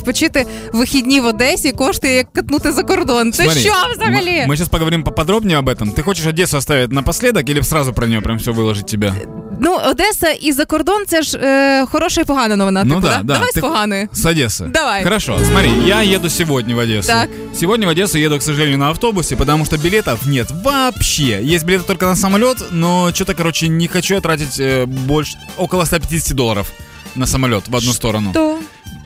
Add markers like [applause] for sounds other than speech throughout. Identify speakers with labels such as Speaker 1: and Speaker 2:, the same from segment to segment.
Speaker 1: Відпочити вихідні в Одесі коштує як катнути за кордон. Це
Speaker 2: Смотри,
Speaker 1: що
Speaker 2: Мы,
Speaker 1: взагалі?
Speaker 2: сейчас поговорим поподробнее об этом. Ты хочешь Одессу оставить напоследок или сразу про нее прям все выложить тебе?
Speaker 1: Ну, Одеса і за кордон це ж е, хороша і погана новина.
Speaker 2: Ну
Speaker 1: типу,
Speaker 2: да, е, да.
Speaker 1: Давай з
Speaker 2: Ти-
Speaker 1: поганою.
Speaker 2: С Одессы.
Speaker 1: Давай.
Speaker 2: Хорошо, смотри, я еду сегодня в Одессу.
Speaker 1: Так.
Speaker 2: Сегодня в Одессу еду, к сожалению, на автобусе, потому что билетов нет вообще. Есть билеты только на самолет, но что-то, короче, не хочу я тратить э, больше, около 150 долларов на самолет в одну сторону.
Speaker 1: То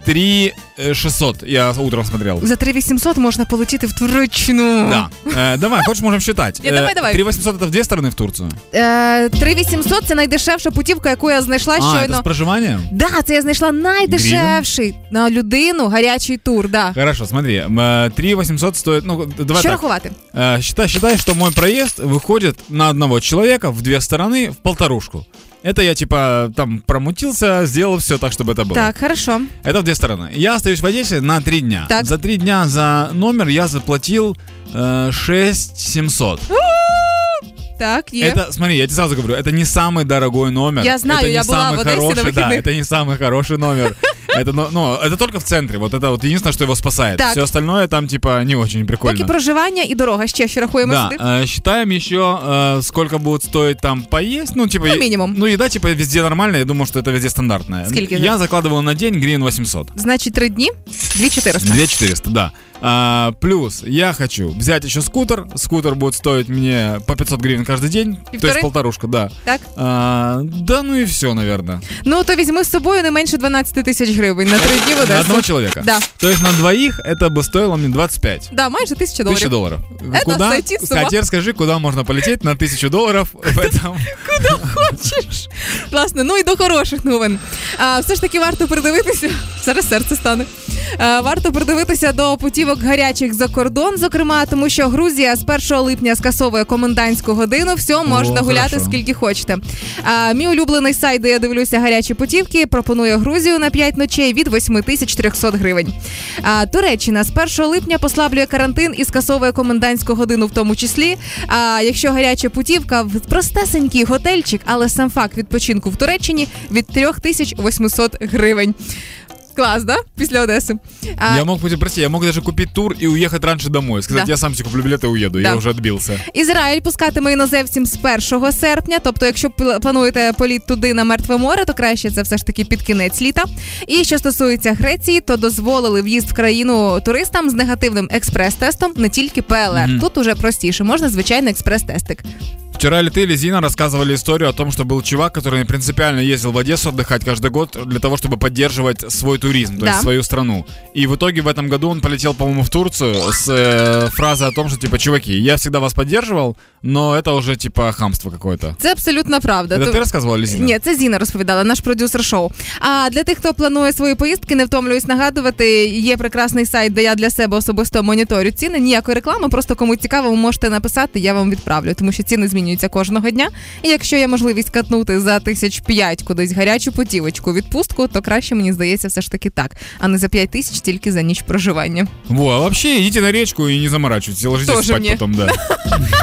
Speaker 2: 3 э, 600 я утром смотрел.
Speaker 1: за 3800 можна полетіти в Туреччину.
Speaker 2: Да. Э, давай, хочешь, можем считать.
Speaker 1: Не, давай, давай.
Speaker 2: 3 800 это в две стороны в Турцию?
Speaker 1: Е, 3800 це найдешевша путівка, яку я знайшла
Speaker 2: а, это
Speaker 1: щойно.
Speaker 2: с проживанием?
Speaker 1: Да, це я знайшла найдешевший на людину гарячий тур. Да.
Speaker 2: Хорошо, смотри, м, 3 800 стоит, ну, давай
Speaker 1: що
Speaker 2: так,
Speaker 1: рахувати?
Speaker 2: Э, Считай, считай, что мой проезд выходит на одного человека в две стороны в полторушку. Это я типа там промутился, сделал все так, чтобы это было.
Speaker 1: Так, хорошо.
Speaker 2: Это в две стороны. Я остаюсь в Одессе на три дня.
Speaker 1: Так.
Speaker 2: За три дня за номер я заплатил э, 6700.
Speaker 1: Ну, Так, є.
Speaker 2: Это, смотри, я тебе сразу говорю, это не самый дорогой номер.
Speaker 1: Я знаю,
Speaker 2: это не
Speaker 1: я была
Speaker 2: самый
Speaker 1: в Одессе на
Speaker 2: хороший, да,
Speaker 1: выходных.
Speaker 2: это не самый хороший номер. Это, но, но это только в центре, вот это вот единственное, что его спасает.
Speaker 1: Так.
Speaker 2: Все остальное там типа не очень прикольно.
Speaker 1: Поки проживання і дорога ще що рахуємо
Speaker 2: Да,
Speaker 1: сюди.
Speaker 2: э, считаем еще, э, сколько будет стоить там поесть. Ну, типа,
Speaker 1: Ну,
Speaker 2: е-
Speaker 1: минимум.
Speaker 2: Ну, еда, типа, везде нормальная, я думаю, что это везде стандартная.
Speaker 1: Сколько
Speaker 2: Я закладывал на день гривен 800.
Speaker 1: Значить, три дні, 2400.
Speaker 2: 2400, да. А, плюс я хочу взять еще скутер. Скутер будет стоить мне по 500 гривен каждый день. То
Speaker 1: Півтори?
Speaker 2: есть полторушка, да.
Speaker 1: Так.
Speaker 2: А, да, ну и все, наверное.
Speaker 1: Ну то візьми з собою не менше 12 тисяч гривень на три дні в
Speaker 2: На
Speaker 1: Одесу.
Speaker 2: одного человека.
Speaker 1: Да.
Speaker 2: То есть на двоих это бы стоило мне 25.
Speaker 1: Да, майже тисяча
Speaker 2: Тысяча
Speaker 1: доларів. [laughs]
Speaker 2: долларов.
Speaker 1: Это сойти с ума.
Speaker 2: Хотя скажи, куда можно полететь на тысячу долларов в этом
Speaker 1: Хочеш? Власне, ну і до хороших новин. А, все ж таки варто придивитися. Зараз серце стане. А, варто придивитися до путівок гарячих за кордон, зокрема, тому що Грузія з 1 липня скасовує комендантську годину. Все можна
Speaker 2: О,
Speaker 1: гуляти
Speaker 2: хорошо.
Speaker 1: скільки хочете. А, мій улюблений сайт, де я дивлюся гарячі путівки, пропонує Грузію на 5 ночей від 8300 гривень. А, Туреччина з 1 липня послаблює карантин і скасовує комендантську годину, в тому числі. А якщо гаряча путівка в простесенький готельчик, але сам факт відпочинку в Туреччині від 3800 гривень. Клас, да? Після Одеси. А,
Speaker 2: Я мог, быть- прости, я мог даже купить тур и уехать раньше домой. Сказать,
Speaker 1: Да.
Speaker 2: я сам себе куплю билеты и уеду,
Speaker 1: Да.
Speaker 2: я уже отбился.
Speaker 1: Ізраїль пускатиме іноземців з 1 серпня. Тобто, якщо пл- плануєте політ туди на мертве море, то краще це все ж таки під кінець літа. І що стосується Греції, то дозволили в'їзд в країну туристам з негативним експрес-тестом, не тільки ПЛР.
Speaker 2: Мгм.
Speaker 1: Тут уже простіше, можна звичайний експрес-тестик.
Speaker 2: Вчера ли ты или Зина рассказывали историю о том, что был чувак, который принципиально ездил в Одессу отдыхать каждый год для того, чтобы поддерживать свой туризм, то
Speaker 1: Да.
Speaker 2: есть свою страну. И в итоге в этом году он полетел, по-моему, в Турцию с э, фразой о том, что типа, чуваки, я всегда вас поддерживал, но это уже типа хамство какое-то.
Speaker 1: Це абсолютна правда.
Speaker 2: Это
Speaker 1: То-
Speaker 2: ты рассказывала, или Зина?
Speaker 1: Ні, це Зіна розповідала, наш продюсер шоу. А для тих, хто планує свої поїздки, не втомлююсь нагадувати. Є прекрасний сайт, де я для себе особисто моніторю ціни. Ніякої реклами, просто кому цікаво, ви можете написати, я вам відправлю, тому що ціни змінюються кожного дня. І якщо є можливість катнути за тисяч п'ять кудись гарячу путівочку відпустку, то краще мені здається, все ж таки так, а не за п'ять тисяч тільки за ніч проживання.
Speaker 2: Во, а вообще идите на речку и не заморачивайтесь, ложитесь
Speaker 1: Тоже [laughs]
Speaker 2: спать
Speaker 1: мне.
Speaker 2: потом, да.